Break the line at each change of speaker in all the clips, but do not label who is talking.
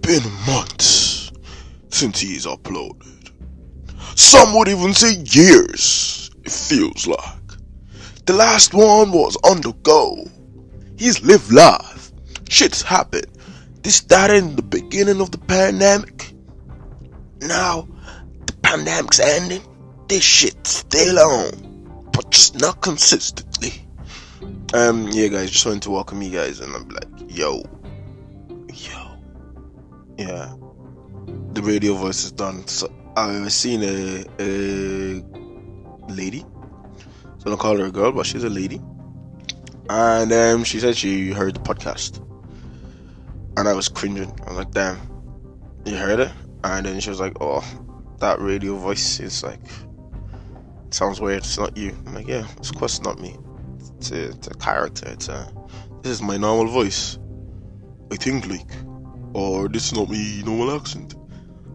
been months since he's uploaded. Some would even say years, it feels like. The last one was on the go. He's lived life. Shit's happened. This started in the beginning of the pandemic. Now, the pandemic's ending. This shit's still on, but just not consistently. Um, yeah, guys, just wanted to welcome you guys, and I'm like, yo, yo, yeah the radio voice is done. So I was seeing a, a lady. So I don't call her a girl, but she's a lady. And um, she said she heard the podcast. And I was cringing. I was like, damn, you heard it? And then she was like, oh, that radio voice is like, it sounds weird. It's not you. I'm like, yeah, of course it's not me. It's a, it's a character. It's a, this is my normal voice. I think like, or Oh, this is not me normal accent.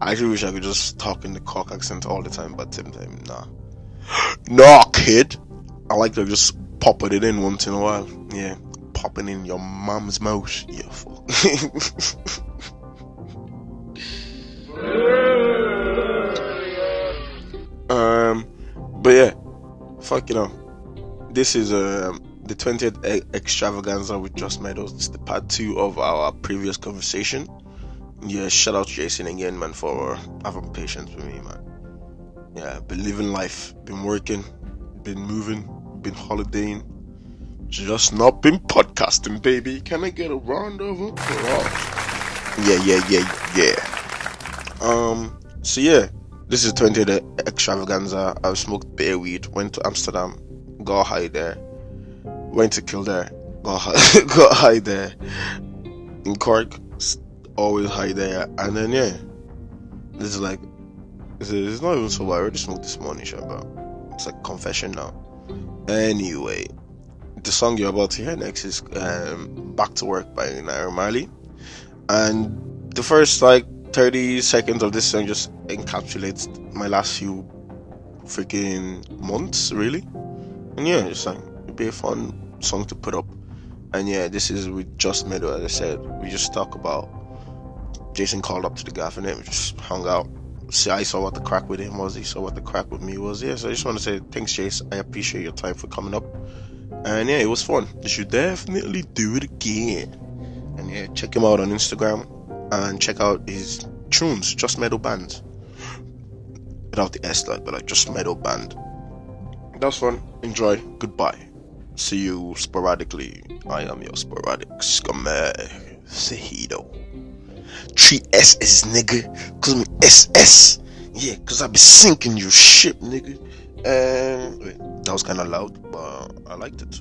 I actually wish I could just talk in the cock accent all the time, but same time, nah. Nah, kid. I like to just pop it in once in a while. Yeah, popping in your mom's mouth. Yeah, fuck. um, but yeah, fuck you know. This is um the 20th e- extravaganza with Just Meadows. It's the part two of our previous conversation. Yeah, shout out Jason again, man, for having patience with me, man. Yeah, been living life, been working, been moving, been holidaying, just not been podcasting, baby. Can I get a round of applause? Yeah, yeah, yeah, yeah. Um, so yeah, this is 20 the extravaganza. I smoked beer weed, went to Amsterdam, got high there, went to Kildare, got high, got high there, in Cork, s- always high there, and then yeah, this is like, this is, it's not even so. I already smoked this morning, sure, but it's like confession now. Anyway, the song you're about to hear next is um, "Back to Work" by Naira Marley, and the first like 30 seconds of this song just encapsulates my last few freaking months, really. And yeah, just like it'd be a fun song to put up. And yeah, this is with Just Meadow, as I said. We just talk about Jason called up to the gaff and then we just hung out. See, I saw what the crack with him was. He saw what the crack with me was. Yeah, so I just want to say thanks, Jace. I appreciate your time for coming up. And yeah, it was fun. You should definitely do it again. And yeah, check him out on Instagram and check out his tunes, Just Metal Band. Without the S, like, but like Just Metal Band. That was fun. Enjoy. Goodbye. See you sporadically. I am your sporadic scummer. Sehido. Treat SS, nigga. Cause me SS. Yeah, cause I be sinking your ship, nigga. Um, wait, that was kind of loud, but I liked it.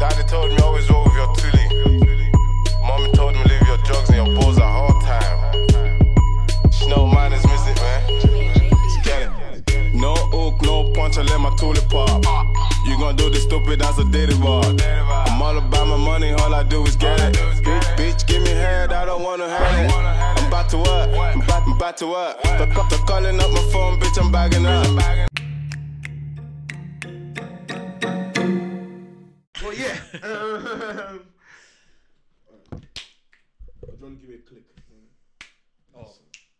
Daddy told me always roll with your toolie. Mommy told me leave your drugs and your balls at hard time. Snow man is missing, man. Get it. No hook, no punch, I let my toolie pop. You gon' do this stupid, that's a dirty bar. I'm all about my money, all I do is get it. Bitch, bitch, give me head, I don't wanna have it. I'm about to work, I'm about, I'm about to work. Stop, stop calling up my phone, bitch, I'm bagging up.
Well, yeah. um, Don't give me a click.
Oh,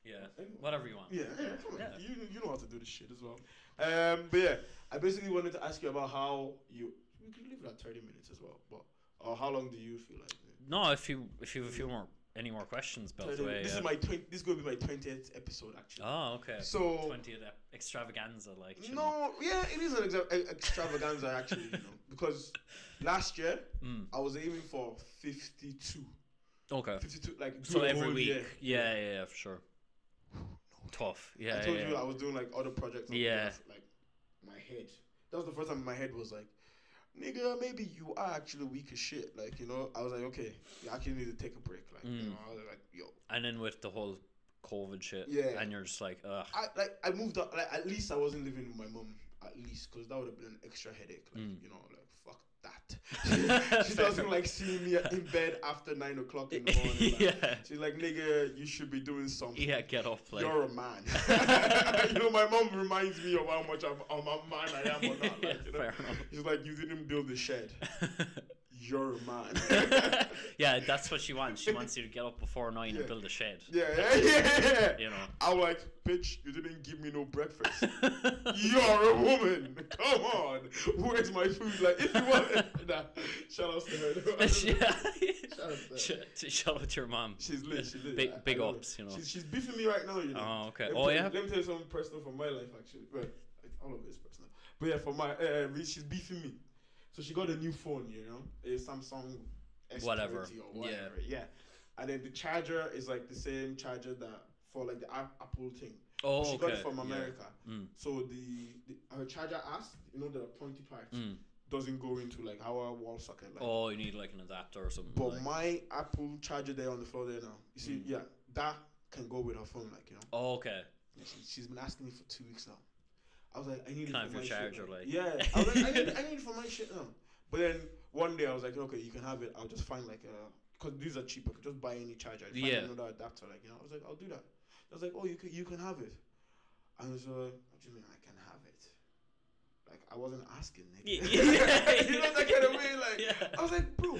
yeah. Whatever you want.
Yeah, yeah, come on. You you know how to do this shit as well. Um, but yeah, I basically wanted to ask you about how you. We could leave it at thirty minutes as well, but or how long do you feel like?
No, if you if you have a few more any more questions built
30
away.
this
yeah.
is my twenty. This is going to be my twentieth episode actually.
Oh, okay.
So-
twentieth extravaganza, like. shouldn't-
No, yeah, it is an exa- e- extravaganza actually, you know, because last year I was aiming for 52.
Hmm, Okay.
52 like
So
do a
every
whole
week.
year.
Yeah, yeah, yeah, for sure. Tough. Yeah.
I told
yeah,
you
yeah.
I was doing like other projects. and
Yeah.
stuff, Like my head. That was the first time my head was like, nigga, maybe you are actually weak as shit. Like you know, I was like, okay, you actually need to take a break. Like
Mm.
you know, I was like, yo,
And then with the whole COVID shit.
Yeah.
And you're just like, ugh.
I like I moved out. Like
Mm.
at least I wasn't living with my mum. At least because that would have been an extra headache. Like you know, like fuck that. that. she doesn't like see me in bed after nine o'clock in the morning. like.
yeah.
She's like, nigga, you should be doing something.
Yeah, get off play.
You're a man. you know, my mom reminds me of how much I'm, I'm a man I am or not.
Yeah,
Like, you know?
fair
She's like, you didn't build the shed. You're a man.
enough. yeah, that's what she wants. She wants you to get up before nine
Yeah.
and build a shed.
yeah, yeah, yeah.
You know.
I'm like, bitch, you didn't give me no breakfast. You're a woman. Come on. Where's my food? Like, if you want. Nah, shout outs to her.
yeah.
Shout out to her.
Sh- sh- Shout out to your mom.
She's lit. She's lit.
Big-
I- I
big
love her.
ups, you know.
She's, she's beefing me right now, you know.
Oh, okay.
Let me
Oh,
tell you-
yeah?
Let me tell you something personal from my life, actually. Well, like, all of it's personal. But yeah, for my, uh, uh, she's beefing me. So she got a new phone, you know, a Samsung S20
Whatever.
or
Yeah.
whatever. Yeah. And then the charger is like the same charger that for like the Ap- Apple thing.
Oh,
she
okay.
got it from
yeah.
America.
Mm.
So the, the her charger ass, you know, the pointy part,
Mm.
doesn't go into like our wall socket. Like,
Oh, you need like an adapter or something.
but
like-
my Apple charger there on the floor there now. You see, yeah, that can go with her phone, like you know.
Oh, okay.
And She, she's been asking me for two weeks now. I was like, I need
Can
it
I
for
have your
my
charger,
shit.
like?
Yeah, I was like, I need, I need it for my shit now. But then one day I was like, okay, you can have it. I'll just find like a because these are cheap. I could just buy any charger. I'd Find
Yeah.
another adapter, like you know. I was like, I'll do that. I was like, oh, you can you can have it. And so, what do you mean I can have it? Like I wasn't asking.
Yeah.
Nigga. you know that kind of way, like.
Yeah.
I was like, bro,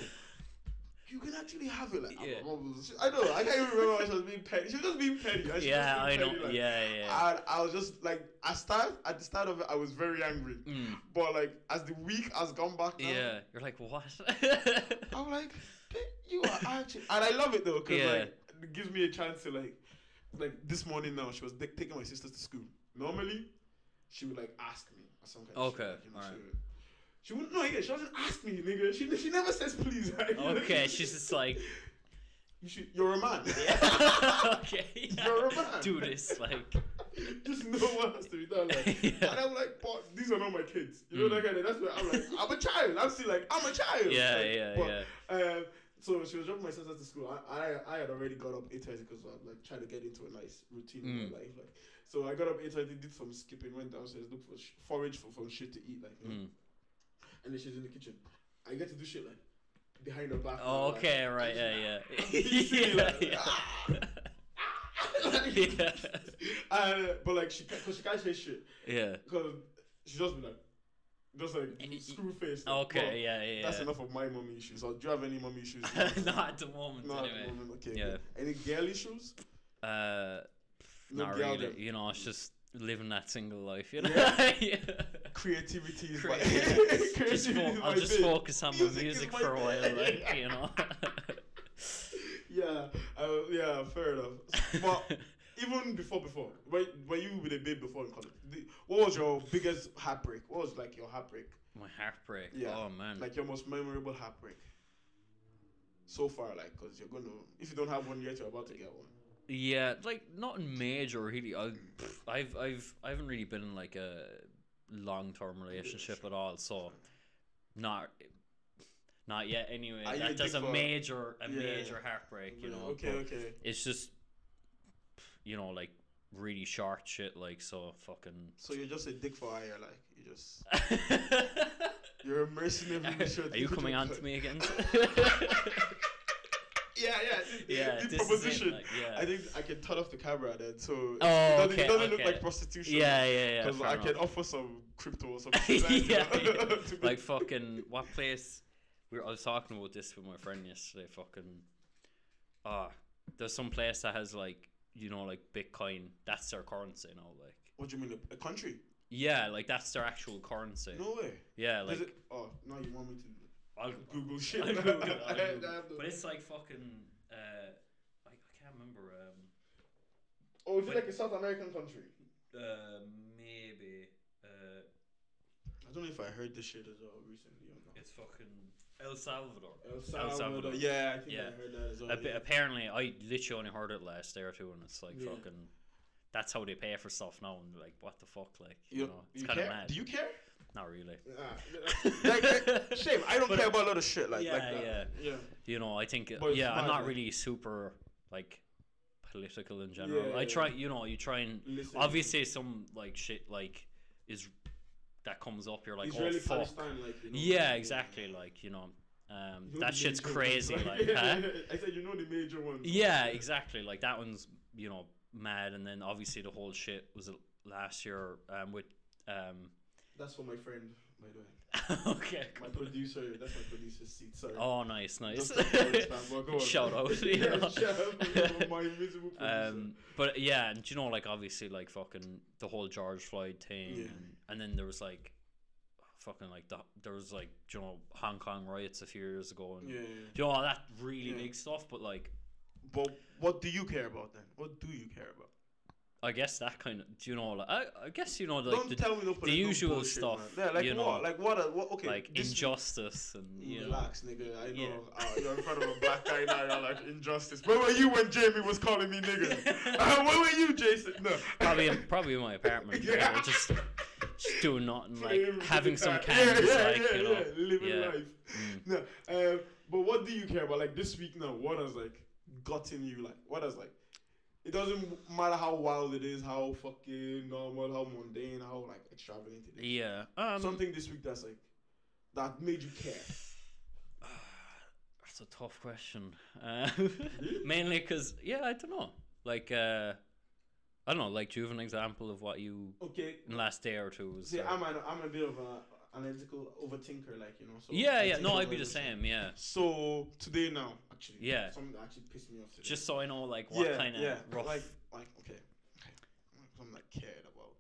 you can actually have it. Like,
Yeah.
I'm- I'm- I'm- I know, I can't even remember why she was being petty. She was just being petty. and she
Yeah,
was
I
being
know.
petty, like,
yeah, yeah.
And I was just like, I start at the start of it, I was very angry.
Mm.
But like, as the week has gone back, now,
Yeah. You're like, what?
I'm like, "Bitch, you are actually, and I love it though, cause
Yeah.
like, it gives me a chance to like, like this morning now, she was t- taking my sisters to school. Normally, she would like ask me or some kind of shit,
Okay,
like, you know,
alright.
she, would- she wouldn't know. Yeah, she doesn't ask me, nigga. She she never says please. like, you know?
okay, she's just like,
You should, you're a man.
okay.
You're a man.
Do this, like,
Just know what has to be done. Like.
Yeah. Mm.
And I'm like, but these are not my kids. You know that kind of. That's where I'm like, I'm a child. I'm still like, I'm a child.
yeah,
Like,
yeah,
but,
yeah.
Um, so she was dropping my sisters to school. I, I, I had already got up eight thirty because I'm like trying to get into a nice routine in
Mm.
my life. Like, so I got up eight thirty, did some skipping, went downstairs, looked for sh- forage for some shit to eat, like, you know.
Mm.
and then she's in the kitchen. I get to do shit like behind her back.
Oh,
like,
okay, right, yeah, yeah.
silly,
yeah,
like,
yeah.
like,
yeah,
uh, but like she, because she can't say shit,
yeah.
because she just be like, just like screw face. like, "Bro,
Okay, yeah, yeah.
That's enough of my mommy issues. Or do you have any mommy issues?
Not at the moment,
No, at the
anyway.
moment, okay.
Yeah.
good. Any girl issues?
Uh,
No
not
girl
really.
then.
You know, it's just living that single life. You know.
Yeah.
Yeah.
Creativity is my
Creative.
creativity
Just fo-
is
I'll
my
just
thing.
focus on my
Music is
music
my
for a while,
thing.
like you know.
Yeah, uh, yeah, fair enough. But even before, before, were, were you with a babe before in college? The- What was your biggest heartbreak? What was like your heartbreak?
My heartbreak.
Yeah,
Oh man.
Like your most memorable heartbreak? So far, like, because you're going to, if you don't have one yet, you're about to get one.
Yeah, like nothing major really. I, I've I've I haven't really been in like a long term relationship at all, so not not yet. Anyway,
Are you
that does a
looking for-
major a
Yeah.
major heartbreak, you
Yeah,
know.
okay,
but
okay.
It's just you know like really short shit, like so fucking.
So you're just a dick for hire, like, you just, you're a mercenary.
Are you coming on to me again?
Yeah, yeah. the-
Yeah,
the
this is it,
proposition.
like, yeah.
I think I can turn off the camera then, so it
Oh,
doesn't,
okay,
it doesn't
okay.
look like prostitution.
yeah, yeah, yeah.
Because
fair
I
enough.
can offer some crypto or something.
yeah,
like, you know,
yeah.
to be-
like fucking what place? We were, I was talking about this with my friend yesterday. Fucking ah, there's some place that has like you know like Bitcoin. That's their currency now. Like
What do you mean, a, a country?
yeah, like that's their actual currency.
No way.
Yeah,
Does
like
it, oh, now you want me to
I'll,
Google shit?
I'll Google it, I'll
I have
Google it.
to-
But it's like fucking. Uh, I, I can't remember. Um,
oh, is it
Wait.
like a South American country?
uh, maybe. Uh,
I don't know if I heard this shit as well recently or not.
it's fucking El Salvador.
El
Salvador.
Salvador. Yeah, I think
Yeah.
I heard that as well.
Ap- apparently, I literally only heard it last day or two, and it's like
Yeah.
fucking. That's how they pay for stuff now, and like, what the fuck, like, you,
You,
know, it's
you
kind of
care?
mad.
Do you care?
Not really.
Ah, like, eh, shame. I don't
But-
care about a lot of shit like,
yeah,
like that.
yeah.
yeah.
You know, I think,
But it's
yeah, I'm
mad,
not
like-
really super like political in general.
Yeah,
I
yeah.
try, you know, you try and
Listen.
obviously some like shit like is that comes up, you're like,
Israeli
oh fuck.
Palestine, like you know,
Yeah, exactly. Like you know, um,
you know
that
the
shit's
major ones,
crazy.
right?
Like,
yeah,
huh?
yeah. I said you know the major ones.
yeah, exactly. Like that one's you know mad, and then obviously the whole shit was l- last year um, with um.
That's for my friend, by the way.
okay.
My
cool.
producer. That's my producer's seat. Sorry.
Oh, nice, nice.
Just like Forrest Gump, well, go on.
Shout out.
yeah,
you know.
shout out my miserable producer.
Um, but yeah, and do you know, like obviously, like fucking the whole George Floyd thing,
Yeah.
and, and then there was like, fucking like the there was like do you know Hong Kong riots a few years ago, and
yeah. yeah.
do you know all that really
Yeah.
big stuff. But like,
But what do you care about then? What do you care about?
I guess that kind of do you know, like I, I guess you know, like
Don't
the,
tell me no political
usual
bullshit,
stuff,
Man. Yeah, like
you
what?
know,
like what? are- what okay.
like
this-
injustice and you know,
Relax, nigga. I know
Yeah.
uh, you're in front of a black guy now. You're like injustice. Where were you when Jamie was calling me nigga? Uh, where were you, Jason? No.
probably in, probably in my apartment, you know,
Yeah.
just just doing nothing,
Playing
like
with
having
the
some
cat.
candies, like you know,
yeah, living
yeah. Mm.
life. No, um, but what do you care about? Like this week now, what has like gotten you? Like what has like? It doesn't matter how wild it is, how fucking normal, how mundane, how like extravagant it is.
yeah. Um,
Something this week that's like that made you care.
That's a tough question. Uh, mainly because, yeah, I don't know. Like, uh, I don't know. Like, do you have an example of what you
Okay,
in the last day or two was?
see,
uh,
I'm an, I'm a bit of a analytical overthinker, like you know. So
yeah,
I
yeah.
think
No,
about
I'd be the
everything.
same. Yeah,
So today now, actually,
Yeah.
something that actually pissed me off today.
just so I know like what kind of rough.
Like, like okay, okay. something I cared about.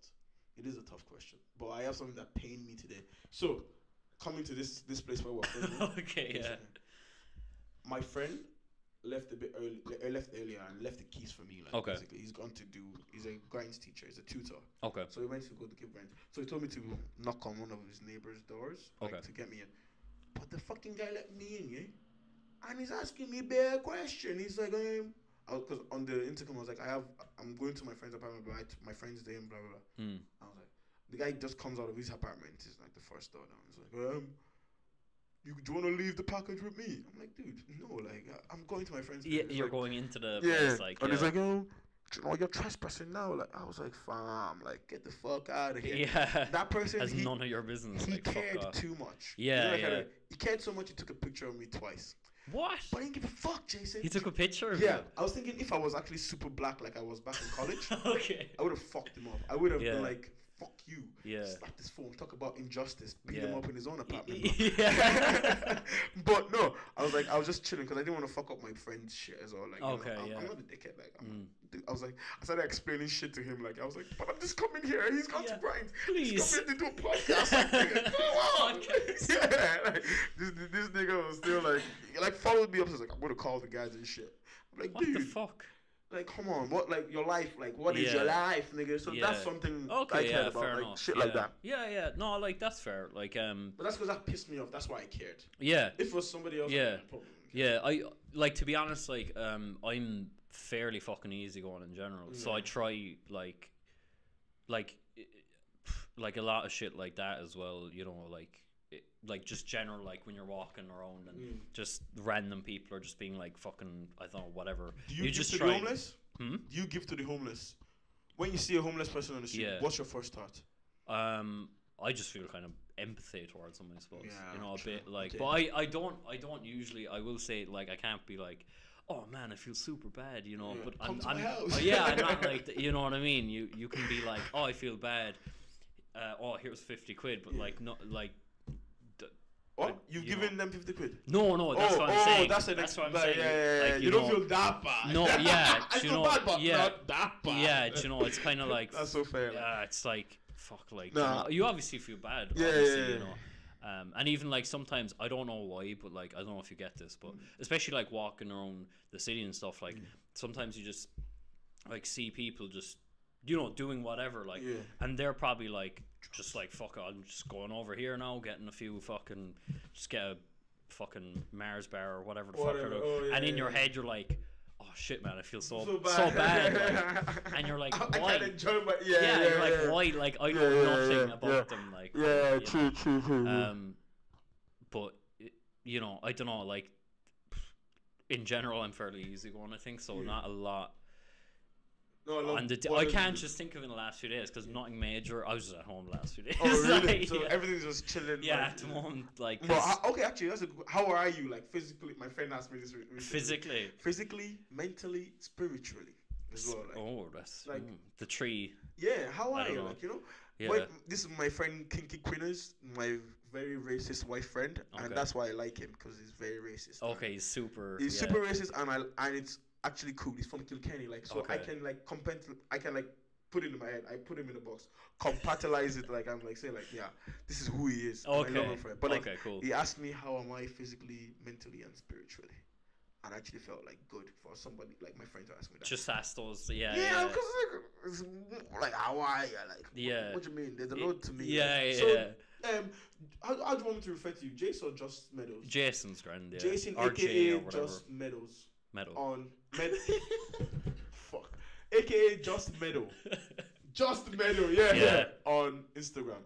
It is a tough question, but I have something that pained me today. So, coming to this this place where we're from,
okay, yeah.
my friend left a bit early, le- left earlier and left the keys for me. Like,
Okay.
basically, he's gone to do. He's a grinds teacher. He's a tutor.
Okay.
So he went to go to give rent. So he told me to knock on one of his neighbor's doors like,
Okay.
to get me in. But the fucking guy let me in, yeah? And he's asking me bare question. He's like, um, because on the intercom I was like, I have, I'm going to my friend's apartment, but I t- my friend's there and blah blah blah.
Hmm.
I was like, the guy just comes out of his apartment. He's like the first door down. He's like, um, you do you want to leave the package with me? I'm like, dude, no, like I- I'm going to my friend's.
Yeah,
place." He's
you're
like,
going into the
yeah.
place like
and
yeah.
he's like, oh, do you know, you're trespassing now. Like, I was like, fam, like, get the fuck out of here.
yeah.
That person,
That's
he,
none of your business.
he
Like, fuck
cared
off.
too much.
Yeah,
like,
yeah.
I- He cared so much, he took a picture of me twice.
What?
But I didn't give a fuck, Jason.
He took a picture. Of
yeah,
you?
I was thinking if I was actually super black like I was back in college,
okay.
I would have fucked him up. I would have
Yeah.
been like, fuck you.
Yeah.
Slap this phone, talk about injustice, beat
Yeah.
him up in his own apartment.
yeah.
but no, I was like, I was just chilling because I didn't want to fuck up my friend's shit as well. Like, you know,
Okay,
I'm,
yeah.
I'm not a dickhead. Like, I'm,
Mm.
dude, I was like, I started explaining shit to him. Like, I was like, but I'm just coming here. He's gone
Yeah,
to Brian's.
please.
He's coming to do a podcast. Like, nigga, come on.
Podcast.
yeah. Like, this, this nigga was still like, he, like followed me up. So like, I'm gonna call the guys and shit. I'm like,
What
dude,
the fuck?
like, come on, what, like, your life, like, what is
Yeah.
your life, nigga? So
Yeah.
that's something I
Okay,
cared
yeah,
about,
fair
like,
enough.
shit
yeah.
like that.
Yeah, yeah. No, like that's fair. Like, um,
But that's because that pissed me off. That's why I cared.
yeah,
If it was somebody else,
Yeah.
I probably wouldn't care.
yeah. I like to be honest. Like, um, I'm fairly fucking easygoing in general, so I try like, like, i- pff, like a lot of shit like that as well. You know, like. it- Like just general, like when you're walking around and
Mm.
just random people are just being like fucking, I don't know, whatever.
Do you, give
just
to
try.
the homeless?
Hmm?
Do you give to the homeless? When you see a homeless person on the street,
Yeah.
what's your first thought?
Um, I just feel kind of empathy towards them, I suppose.
Yeah,
you know, a
true.
bit like,
Okay.
but I, I don't, I don't usually. I will say like, I can't be like, oh man, I feel super bad, you know.
Yeah,
But
come
I'm,
to my
I'm
house.
oh, yeah, I'm not like, th- you know what I mean. You, you can be like, oh, I feel bad. Uh, oh, here's fifty quid, but like, not like,
What? You've
you know-
given them 50 quid?
no, no, that's
oh,
what I'm
oh,
saying.
that's an ex-
what I'm
like,
saying.
Yeah, yeah, yeah,
Like,
yeah.
you,
You, don't
know,
feel that bad.
No, yeah,
I
do you
feel
know-
bad, but
yeah.
not that bad.
yeah, do you know, it's kind of like,
That's so fair. like,
yeah, it's like fuck, like you,
Nah.
know, you obviously feel bad,
Yeah,
obviously,
yeah,
you
yeah.
know. Um, and even like sometimes I don't know why, but like I don't know if you get this, but
Mm.
especially like walking around the city and stuff, like sometimes you just like see people just you know doing whatever, like,
Yeah.
and they're probably like just like fuck, it, I'm just going over here now, getting a few fucking, just get a fucking Mars bar or whatever the fuck,
Whatever,
you're
oh,
doing.
yeah,
and in your
yeah.
head you're like, oh shit, man, I feel so
So
so
bad.
bad, like, and you're like,
I, I
why?
can't enjoy my. Yeah,
yeah,
yeah,
you're like
yeah.
why like I know
yeah,
nothing
yeah,
about
yeah.
them like
Yeah,
you
true, true, true.
know,
true.
um but i- you know I don't know like in general I'm fairly easygoing I think so not a lot
No, I love
And the d-
what
I
does it
can't
do?
just think of it in the last few days because nothing major. I was just at home the last few days.
Oh, really?
Like,
so
yeah.
everything's just chilling.
yeah,
like-
at the moment, like
Bro,
'cause
how- okay, actually, that's a good. How are you, like physically? My friend asked me this. re- recently.
physically.
physically, mentally, spiritually, as well. Like,
oh, that's
like-
mm, the tree.
Yeah, how
I
are
don't
you?
know.
Like, you know,
Yeah.
my- this is my friend Kinky Quinners, my very racist white friend,
Okay.
and that's why I like him because he's very racist. man.
okay, super.
he's
yeah.
super racist, and I and it's actually cool. He's from Kilkenny, like, so I
Okay.
can like compet, I can like put it in my head. I put him in a box, compatibilize it. Like, I'm like, say, like, yeah, this is who he is. and I love
Okay.
him for it. But like,
okay, cool.
he asked me how am I physically, mentally, and spiritually, and I actually felt like good for somebody like my friend to ask me that.
Just ask those. Yeah.
Yeah, because it's like, it's like how are you? Like, wh-
Yeah.
What do you mean? There's a
Y-
lot to me.
Yeah,
like.
yeah.
So, um, how, how do you want me to refer to you, Jace or just Meadows?
Jason's grand. Yeah.
Jason,
or Jay or
aka
whatever.
Just Meadows,
metal.
on Med. Fuck, aka Just Meadow, Just Meadow, yeah, yeah,
Yeah.
on Instagram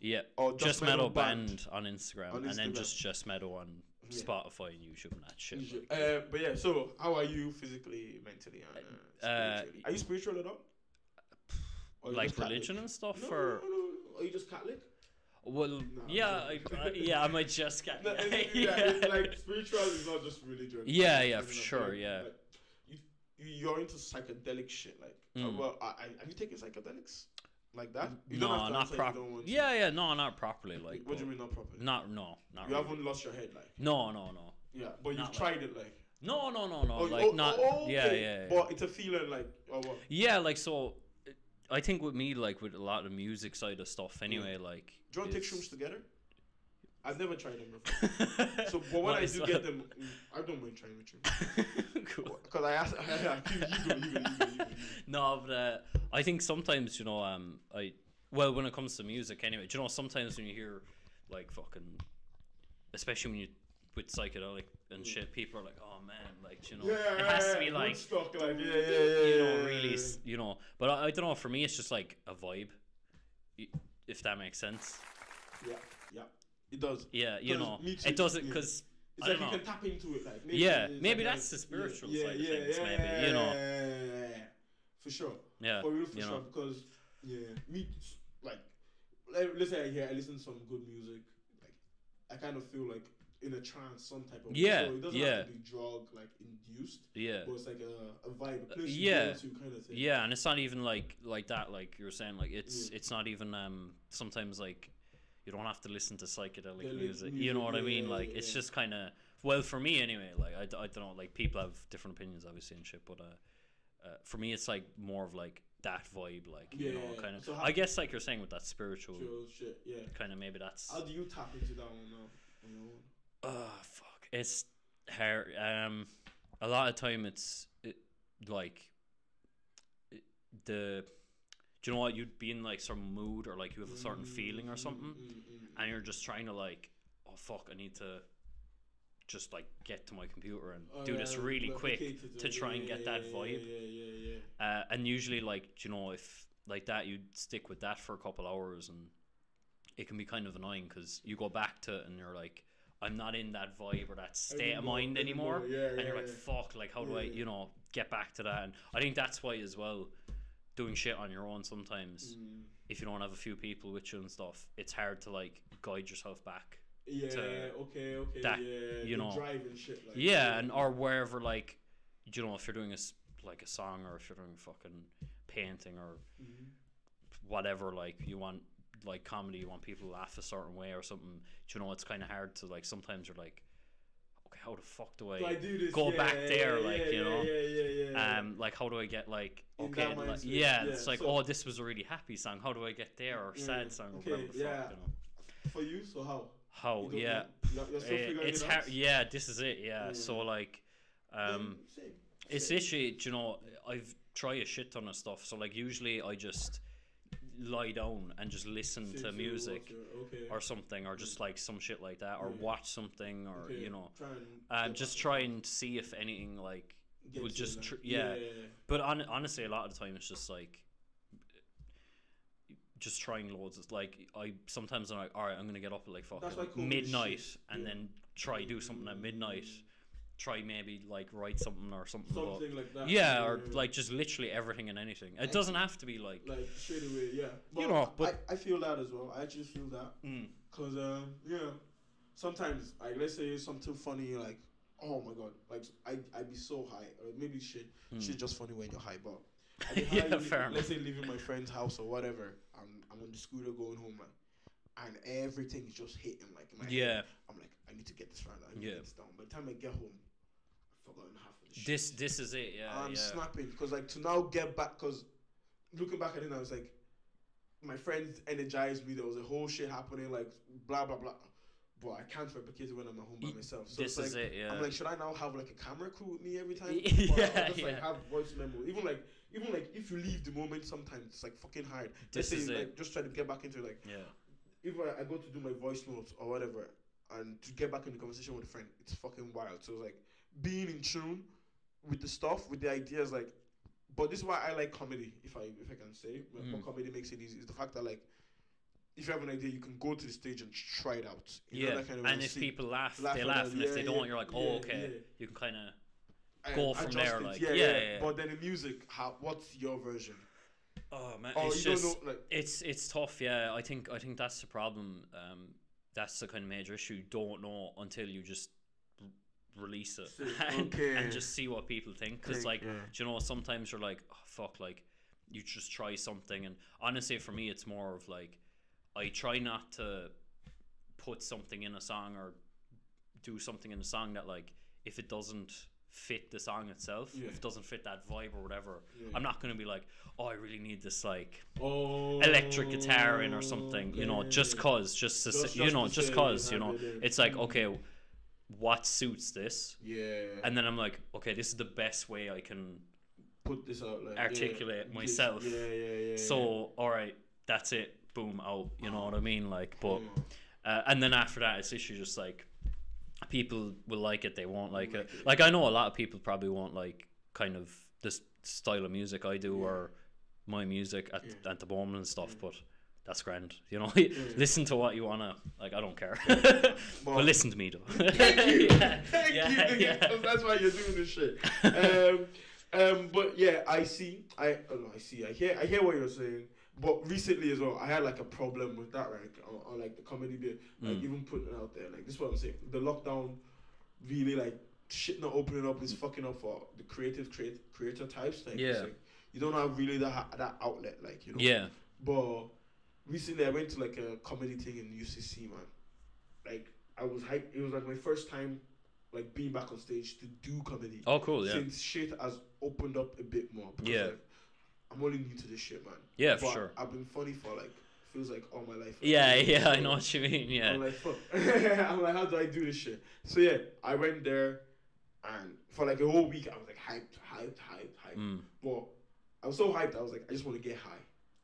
yeah.
or
Just, Metal Band, on, Instagram,
On
and then
Instagram.
just Just Metal on
Yeah.
Spotify and YouTube and that shit.
Usual. Uh, but yeah, so how are you physically, mentally, and uh,
Uh,
spiritually? are you spiritual at all? Or are oh, you
Like
just Catholic?
religion and stuff,
No,
or
no, no, no. Are you just Catholic?
well,
No,
yeah, I,
I'm joking.
I, yeah, I might just get.
No, it's- yeah, it's like spirituality is not just religion.
Yeah,
It's
yeah,
like,
for
you know,
sure,
like,
yeah.
like, you, you- you're into psychedelic shit, like. uh,
Mm.
well, I, I, have you taken psychedelics like that? You don't
no,
have to
not
answer if you
properly.
don't want to.
Yeah, yeah, no, not properly. Like,
What do
but-
you mean not properly?
Not, no, not.
you
really.
haven't lost your head, like.
No, no, no,
Yeah, but you've
Not like-
tried it, like.
no, no, no, no.
Oh,
like,
oh,
not.
oh,
yeah,
okay,
yeah, yeah.
But it's a feeling, like. Oh, what?
Yeah, like so. it- I think with me, like with a lot of the music side of stuff, anyway, like.
Do you want to take
it's-
shrooms together? I've never tried them before. So, but when
Well,
I
it's
do
not-
get them, mm, I don't mind trying with you.
Cool.
Because I asked, you, you go, you go, you go, you go, you go.
no, but uh, I think sometimes you know, um, I well, when it comes to music, anyway, do you know, sometimes when you hear like fucking, especially when you with psychedelic and shit, people are like, oh man, like do you know,
Mm. Yeah,
it has to
yeah,
be like
Woodstock, like yeah, yeah, yeah,
you
yeah,
know,
yeah,
really,
yeah.
s- you know. But I, I don't know. For me, it's just like a vibe, y- if that makes sense.
Yeah, yeah, it does.
Yeah, you
Does-
know,
me too,
it doesn't
yeah.
because
It's
I
like
don't
you
know.
can tap into it, like
Yeah,
it's
maybe
like
that's the spiritual side of things,
yeah,
maybe, you know.
yeah, yeah, for sure,
Yeah,
for real, for
you
sure,
know.
because yeah, me t- like, let- let's say I hear I listen to some good music, like I kind of feel like in a trance, some type of
Yeah,
so it doesn't
yeah.
have to be drug like induced,
Yeah, Uh,
but it's like a, a vibe, a place
yeah,
you go to kind of thing.
yeah, and it's not even like like that. Like you were saying, like it's
Mm.
it's not even um sometimes like you don't have to listen to psychedelic
Yeah, like
music. You
music,
know what I
yeah,
mean?
yeah,
Like
yeah,
it's
yeah.
just kind of well for me anyway. Like I, d- I don't know. Like people have different opinions obviously and shit, but uh, uh for me it's like more of like that vibe. Like you
Yeah,
know,
yeah,
kind of.
so how-
I guess like you're saying with that spiritual
Chill, shit, yeah.
kind of maybe that's
How do you tap into that one now? on your own?
Oh fuck! It's her. Um, a lot of time it's it, like it, the. Do you know what? You'd be in like some mood or like you have a certain feeling or
Mm,
something, and you're just trying to like, oh fuck, I need to just like get to my computer and
Oh,
do
yeah,
this really quick
replicate it,
to
yeah,
try and
yeah,
get
yeah,
that
yeah,
vibe.
Yeah, yeah, yeah.
Uh, and usually, like do you know, if like that, you'd stick with that for a couple hours, and it can be kind of annoying because you go back to it and you're like, I'm not in that vibe or that state of
Anymore,
mind
anymore,
anymore,
yeah,
and
yeah,
you're like,
yeah.
fuck, like how do I,
Yeah.
you know, get back to that? And I think that's why as well, doing shit on your own sometimes,
Mm.
if you don't have a few people with you and stuff, it's hard to like guide yourself back.
Yeah,
to
okay, okay,
that,
yeah.
you
the
know.
drive and shit. Like,
yeah, and or wherever like, you know, if you're doing a s- like a song or if you're doing fucking painting or
Mhm.
whatever like you want like comedy you want people to laugh a certain way or something do you know it's kind of hard to like sometimes you're like okay how the fuck do i,
Do I do this?
go
Yeah,
back
yeah,
there,
yeah,
like,
yeah,
you know?
Yeah, yeah, yeah.
um like how do i get like
In
okay
that
like-
mindset,
yeah,
yeah,
it's like
so-
oh this was a really happy song how do i get there or
Yeah,
sad song
okay,
or whatever the
yeah.
fuck you know
For you, so how?
how
You don't
oh, yeah
know? You're- You're still
Eh,
figuring
it's
it
hard
out? Mm.
yeah this is it yeah
Yeah.
so like um
Mm, same,
it's
same.
literally, do you know, I've tried a shit ton of stuff. So, like, usually I just lie down and just listen
Same
to
what
music
you're- Okay.
or something, or just like some shit like that, or
Yeah.
watch something, or
okay,
you know,
try and
um,
get
just
back-
try and see if anything like.
get
would
to
just
that.
tr- yeah.
yeah, yeah.
But on, honestly, a lot of the time it's just like just trying loads. It's like I sometimes I'm like, all right, I'm gonna get up at like
why
fucking
COVID is
midnight
shit.
and
Yeah.
then try do something at midnight. try maybe like write something or something. about-
something like that.
yeah, or
yeah.
like just literally everything and anything. It doesn't have to be like.
like straight away, yeah.
know, but-
I, I feel that as well. I actually feel that
Mm,
because uh, yeah, sometimes like let's say something funny like. Oh my god! Like I, I'd be so high, or maybe shit, shit's just funny when you're high. But I'd be high,
Mm. Yeah,
li-
fair
let's say leaving my friend's house or whatever. I'm, I'm on the scooter going home, like, and everything is just hitting like in my head.
yeah,
I'm like, I need to get this right. I need
Yeah.
to get this down. By the time I get home, I've forgotten half of the shit.
this this is it. Yeah,
I'm
yeah.
snapping because like to now get back because looking back at it, I was like, my friends energized me. There was a whole shit happening, like blah blah blah. But I can't replicate it when I'm at home by
Y-
myself. So
this
it's like,
is it. Yeah.
I'm like, should I now have like a camera crew with me every time?
Yeah,
Or I'll just
yeah.
like have voice memo. Even like, even like if you leave the moment, sometimes it's like fucking hard.
This
Let's say
is it.
like just try to get back into like
yeah.
if I, I go to do my voice notes or whatever and to get back in the conversation with a friend, it's fucking wild. So like being in tune with the stuff, with the ideas, like but this is why I like comedy, if I if I can say. But
Mm.
What comedy makes it easy is the fact that like if you have an idea you can go to the stage and try it out. You know,
Yeah,
that kind of
and
way,
if
see-
people laugh,
laugh
they
at
laugh,
that.
and if
Yeah,
they don't,
yeah,
you're like,
yeah,
oh, okay,
yeah.
you can kind of.
and
go from
adjust
there,
it.
like,
yeah,
yeah, yeah, yeah.
But then in music, how what's your version?
Oh man,
Or
it's
you
just
don't know like
it's it's tough. Yeah, I think I think that's the problem. Um, that's the kind of major issue. You Don't know until you just r- release it
See,
and,
okay.
and just see what people think. Because like
Think, yeah.
do you know, sometimes you're like, oh, fuck, like you just try something. And honestly, for me, it's more of like I try not to put something in a song or do something in a song that like if it doesn't fit the song itself
Yeah.
if it doesn't fit that vibe or whatever
Yeah.
i'm not going to be like oh i really need this like
oh,
electric guitar in or something, you know,
okay.
just cause, just to,
Just-
s you
just
know,
to
just
say
cause,
you
you know,
have it in.
it's like, okay, what suits this?
Yeah.
And then I'm like, okay, this is the best way I can.
put this out like yeah,
articulate
this-
myself.
Yeah, yeah, yeah.
So, all right, that's it. Boom, out. You know what I mean? Like, but,
Yeah.
uh, and then after that, it's literally just like, people will like it, they won't like it. Like, I know a lot of people probably won't like kind of this style of music I do or my music at, at the moment and stuff, but. That's grand, you know. listen to what you wanna. Like I don't care,
Well-
but listen to me though.
Thank you.
Yeah,
Thank
yeah,
you.
yeah.
Because That's why you're doing this shit. Um, um, but yeah, I see. I oh no, I see. I hear. I hear what you're saying. But recently as well, I had like a problem with that, right? Or, or like the comedy bit, like
Mm.
even putting it out there. Like this is what I'm saying. The lockdown really like shit not opening up is fucking up for the creative create, creator types. Like, it's
Yeah.
like, you don't have really that that outlet, like you know.
yeah,
But recently I went to like a comedy thing in UCC, man. Like I was hyped. It was like my first time, like being back on stage to do comedy
Oh, cool. Yeah.
since shit has opened up a bit more. because,
Yeah.
like, I'm only new to this shit, man.
Yeah, for
But
sure.
I've been funny for like feels like all my life.
yeah, yeah. I know what you mean. Yeah.
I'm like, fuck. I'm like, how do I do this shit? So yeah, I went there, and for like a whole week, I was like hyped, hyped, hyped, hyped.
Mm.
But I was so hyped, I was like, I just want to get high.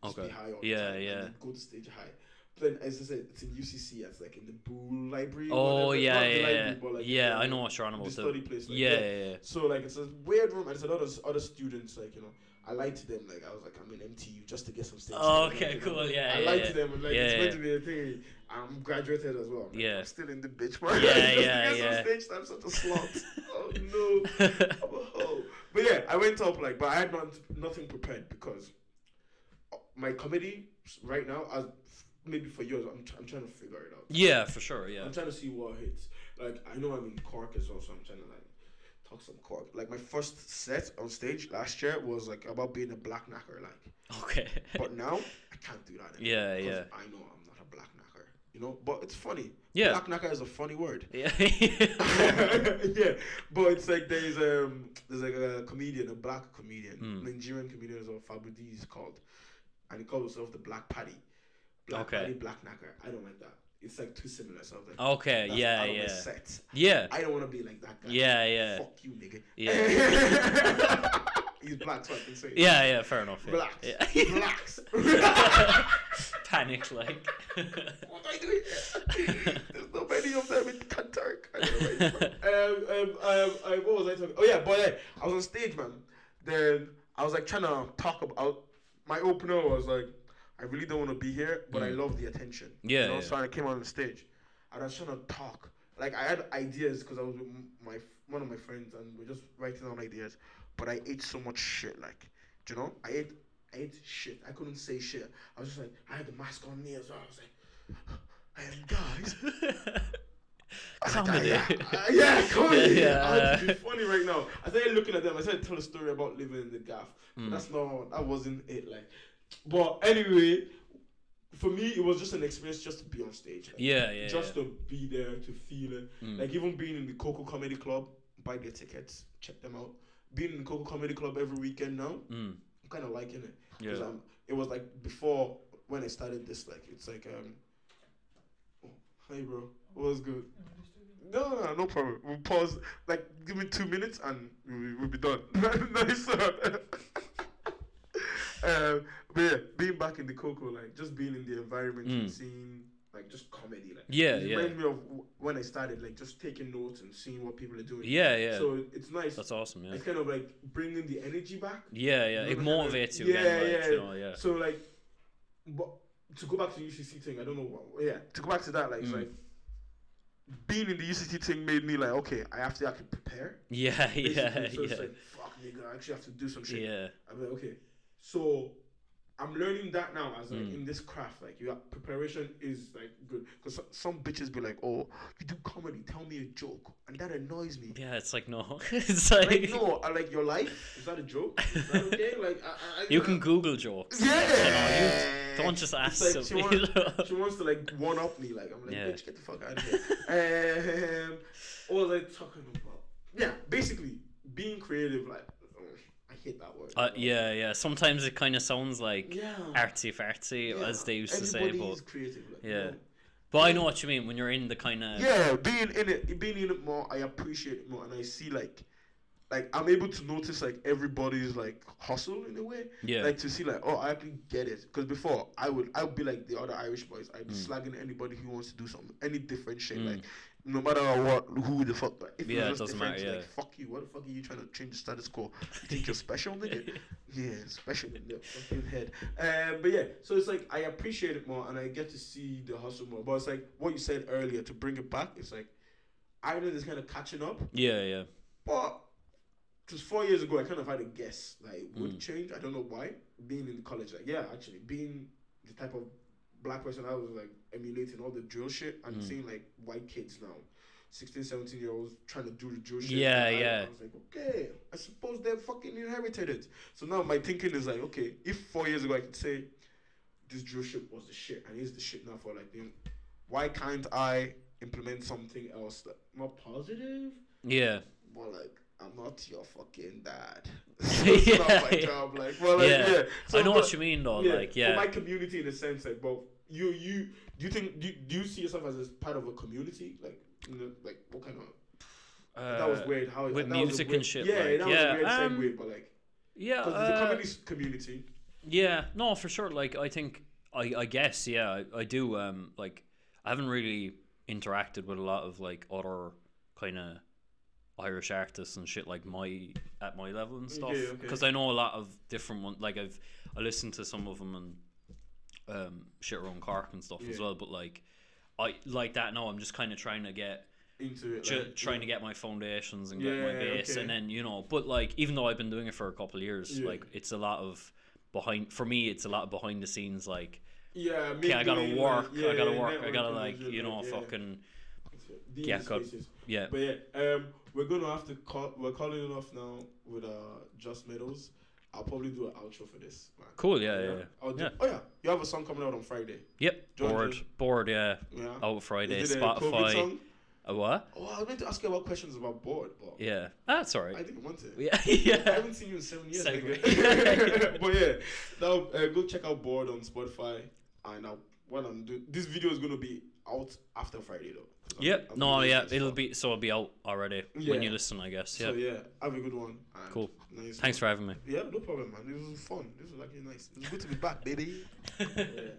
Just
Okay.
Be high all the
Yeah,
time, and
yeah.
then go to stage high. But then, as I said, it's in UCC. It's like in the Boo Library.
Oh
whatever.
yeah,
Not the
yeah, yeah.
library, but, like,
yeah. I
the-
know what you're on about.
the
though.
study place, like,
yeah,
yeah.
yeah, yeah.
So like it's a weird room, and it's a lot of other students. Like you know, I lied to them. Like I was like, I'm in MTU just to get some stage.
Oh,
time,
okay,
you know?
cool, yeah,
I
yeah,
lied
yeah.
to them. And, like
Yeah,
it's meant
yeah.
to be a thing. I'm graduated as well. I'm like,
Yeah.
I'm still in the bitch
Yeah,
man. just to
yeah,
get
yeah.
Some stage time, such a slut. oh no. I'm a hoe. But yeah, I went up like, but I had not, nothing prepared because my comedy right now, as maybe for yours, I'm, tr- I'm trying to figure it out.
yeah, for sure. Yeah.
I'm trying to see what hits. Like I know I'm in Cork as well, so I'm trying to like talk some Cork. Like my first set on stage last year was like about being a black knacker, like.
Okay.
But now I can't do that. Anymore
Yeah,
'cause
yeah.
I know I'm not a black knacker, you know. But it's funny.
Yeah.
Black knacker is a funny word.
Yeah.
yeah, but it's like there's um there's like a comedian, a black comedian,
Hmm.
Nigerian comedian as well, Fabu D is called, and he calls himself the Black Paddy, Black
Okay.
Paddy, Black Knacker. I don't like that. It's like too similar. So I was like,
okay.
that's
Yeah.
out of my
Yeah.
set.
Yeah.
I don't want to be like that guy.
Yeah. Yeah.
Fuck you, nigga.
Yeah.
He's black, so I can say. it.
Yeah. Yeah. Fair enough. Yeah.
Relax.
Yeah.
Relax. what
Panic like.
are you doing? There's not many of them in Kantark. I don't know where you're from. um, um, um, um, what was I talking? Oh yeah, but yeah, I was on stage, man. Then I was like trying to talk about my opener was like, I really don't want to be here, but I love the attention.
Mm. Yeah,
You know?
yeah.
So I came on the stage, and I was trying to talk. like I had ideas because I was with m- my f- one of my friends and we're just writing down ideas, but I ate so much shit. Like, do you know? I ate I ate shit. I couldn't say shit. I was just like I had the mask on me as well. I was like, I am guys.
Comedy.
Yeah, yeah, comedy.
Yeah,
I had to
yeah.
be funny right now. I started looking at them. I started telling a story about living in the gaff.
Hmm.
That's not. That wasn't it. Like, but anyway, for me, it was just an experience just to be on stage. like,
Yeah, yeah.
just
yeah. Hmm.
to be there to feel it. Like even being in the Coco Comedy Club, buy their tickets, check them out. Being in the Coco Comedy Club every weekend now,
Mm.
I'm kind of liking it. 'Cause,
Yeah.
um, it was like before when I started this. Like it's like um, oh, hey bro, what's good? No, no, no, no problem. We'll pause. Like give me two minutes and we'll, we'll be done. nice. Um, but yeah, being back in the Coco, like just being in the environment, and
Mm.
seeing like just comedy, like
Yeah,
it
yeah.
reminds me of w- when I started, like just taking notes and seeing what people are doing.
Yeah, yeah.
So it's nice.
That's awesome, yeah.
It's kind of like bringing the energy back.
Yeah, yeah. It
You know, kind of-
motivates you again, like, you know, yeah.
So like, but to go back to the UCC thing, I don't know what. Yeah, to go back to that, like, it's
Mm.
like being in the UCC thing made me like, okay, I have to actually prepare.
Yeah, yeah,
basically. So
yeah.
it's like, fuck, nigga, I actually have to do some shit.
Yeah.
I'm like, okay, so I'm learning that now as like
Mm.
in this craft, like your preparation is like good because some, some bitches be like, oh, you do comedy, tell me a joke, and that annoys me.
Yeah, it's like no. It's like,
Like, no, I like your life. Is that a joke? Is that okay? Like, I, I,
you can Google jokes.
Yeah.
Don't just ask
It's like she,
somebody.
wants, she wants to like one up me. Like I'm like,
Yeah.
bitch, get the fuck out of here. um, what was I talking about? Yeah, basically being creative. Like, oh, I hate that word.
uh, yeah, yeah. Sometimes it kind of sounds like
Yeah.
artsy fartsy,
Yeah,
as they used to say.
everybody
But
is creative. Like,
yeah.
you know.
but I know what you mean when you're in the kind of
yeah, being in it, being in it more, I appreciate it more, and I see like, like I'm able to notice like everybody's like hustle in a way.
Yeah.
Like to see like, oh, I actually get it. Because before I would, I would be like the other Irish boys. I'd be slagging anybody who wants to do something, any different shit. Like, no matter what, who the fuck. Like, if
Yeah, it
it's just
doesn't
different,
matter,
Like, fuck you. What the fuck are you trying to change the status quo? You think you're special, nigga? Yeah, special in the fucking head. Uh, but yeah, so it's like I appreciate it more, and I get to see the hustle more. But it's like what you said earlier to bring it back. It's like Ireland is kind of catching up.
yeah, yeah,
But just four years ago, I kind of had a guess like it would
Mm.
change. I don't know why. Being in college, like yeah, actually being the type of black person I was like emulating all the drill shit and
Mm.
seeing like white kids now. 16, 17 year olds trying to do the drill shit.
Yeah,
And I-
yeah.
I was like, okay, I suppose they fucking inherited it. So now my thinking is like, okay, if four years ago I could say this drill shit was the shit and is the shit now for like, them, why can't I implement something else that more positive?
yeah.
more like I'm not your fucking dad. It's
Yeah,
not my
yeah.
job. Like, well, like,
Yeah.
yeah.
I know
but-
what you mean though. Like
For my
yeah,
community, in a sense, like, well, you, you, do you think, do you, do you see yourself as a part of a community? Like, you know, like what kind of? that was
uh,
weird. How
with
that was a
music
weird-
and shit,
Yeah,
like,
that
yeah,
was a
um,
weird segue, but like,
yeah.
because it's a
uh,
comedy s- community.
Yeah, no, for sure. Like, I think, I, I guess, yeah, I, I do. Um, like, I haven't really interacted with a lot of like other kind of Irish artists and shit like my at my level and stuff
Okay, okay.
because I know a lot of different ones. Like, I've I listened to some of them and um shit around Cork and stuff as
Yeah.
well. But like, I like that now. I'm just kind of trying to get
Into it,
ju-
like,
trying to get my foundations and get my
Yeah,
base
okay.
and then you know but like even though i've been doing it for a couple of years
Yeah.
like it's a lot of behind for me it's a lot of behind the scenes like
yeah,
okay i gotta
mingling,
work
like, yeah,
i gotta
yeah,
work i gotta
networking,
like you know
yeah.
fucking
These
Yeah, God.
spaces.
yeah
But yeah, um, we're gonna have to call. We're calling it off now with uh, Just Medals. I'll probably do an outro for this. Man.
cool yeah yeah, yeah.
I'll do,
Yeah.
Oh yeah, you have a song coming out on Friday.
yep
Join
bored
the-
bored yeah
Yeah.
out friday
Is it a COVID
Oh, spotify
song?
a what
Oh, I was meant to ask you about questions about board, but
yeah that's all
I
right
didn't want it.
yeah
I
yeah
haven't seen you in seven years.
Segue.
nigga. but yeah, now uh, go check out board on Spotify, and I'll, what I'm doing. This video is gonna be out after Friday though. 'cause I'm-
yep
I'm
no
gonna
yeah
release this
it'll
stuff.
be so it'll be out already when
Yeah.
you listen i guess yeah
So yeah, have a good one. and
Cool.
nice
thanks for having me
Yeah, no problem, man. This was fun. This was actually nice. It's good to be back, baby. Yeah.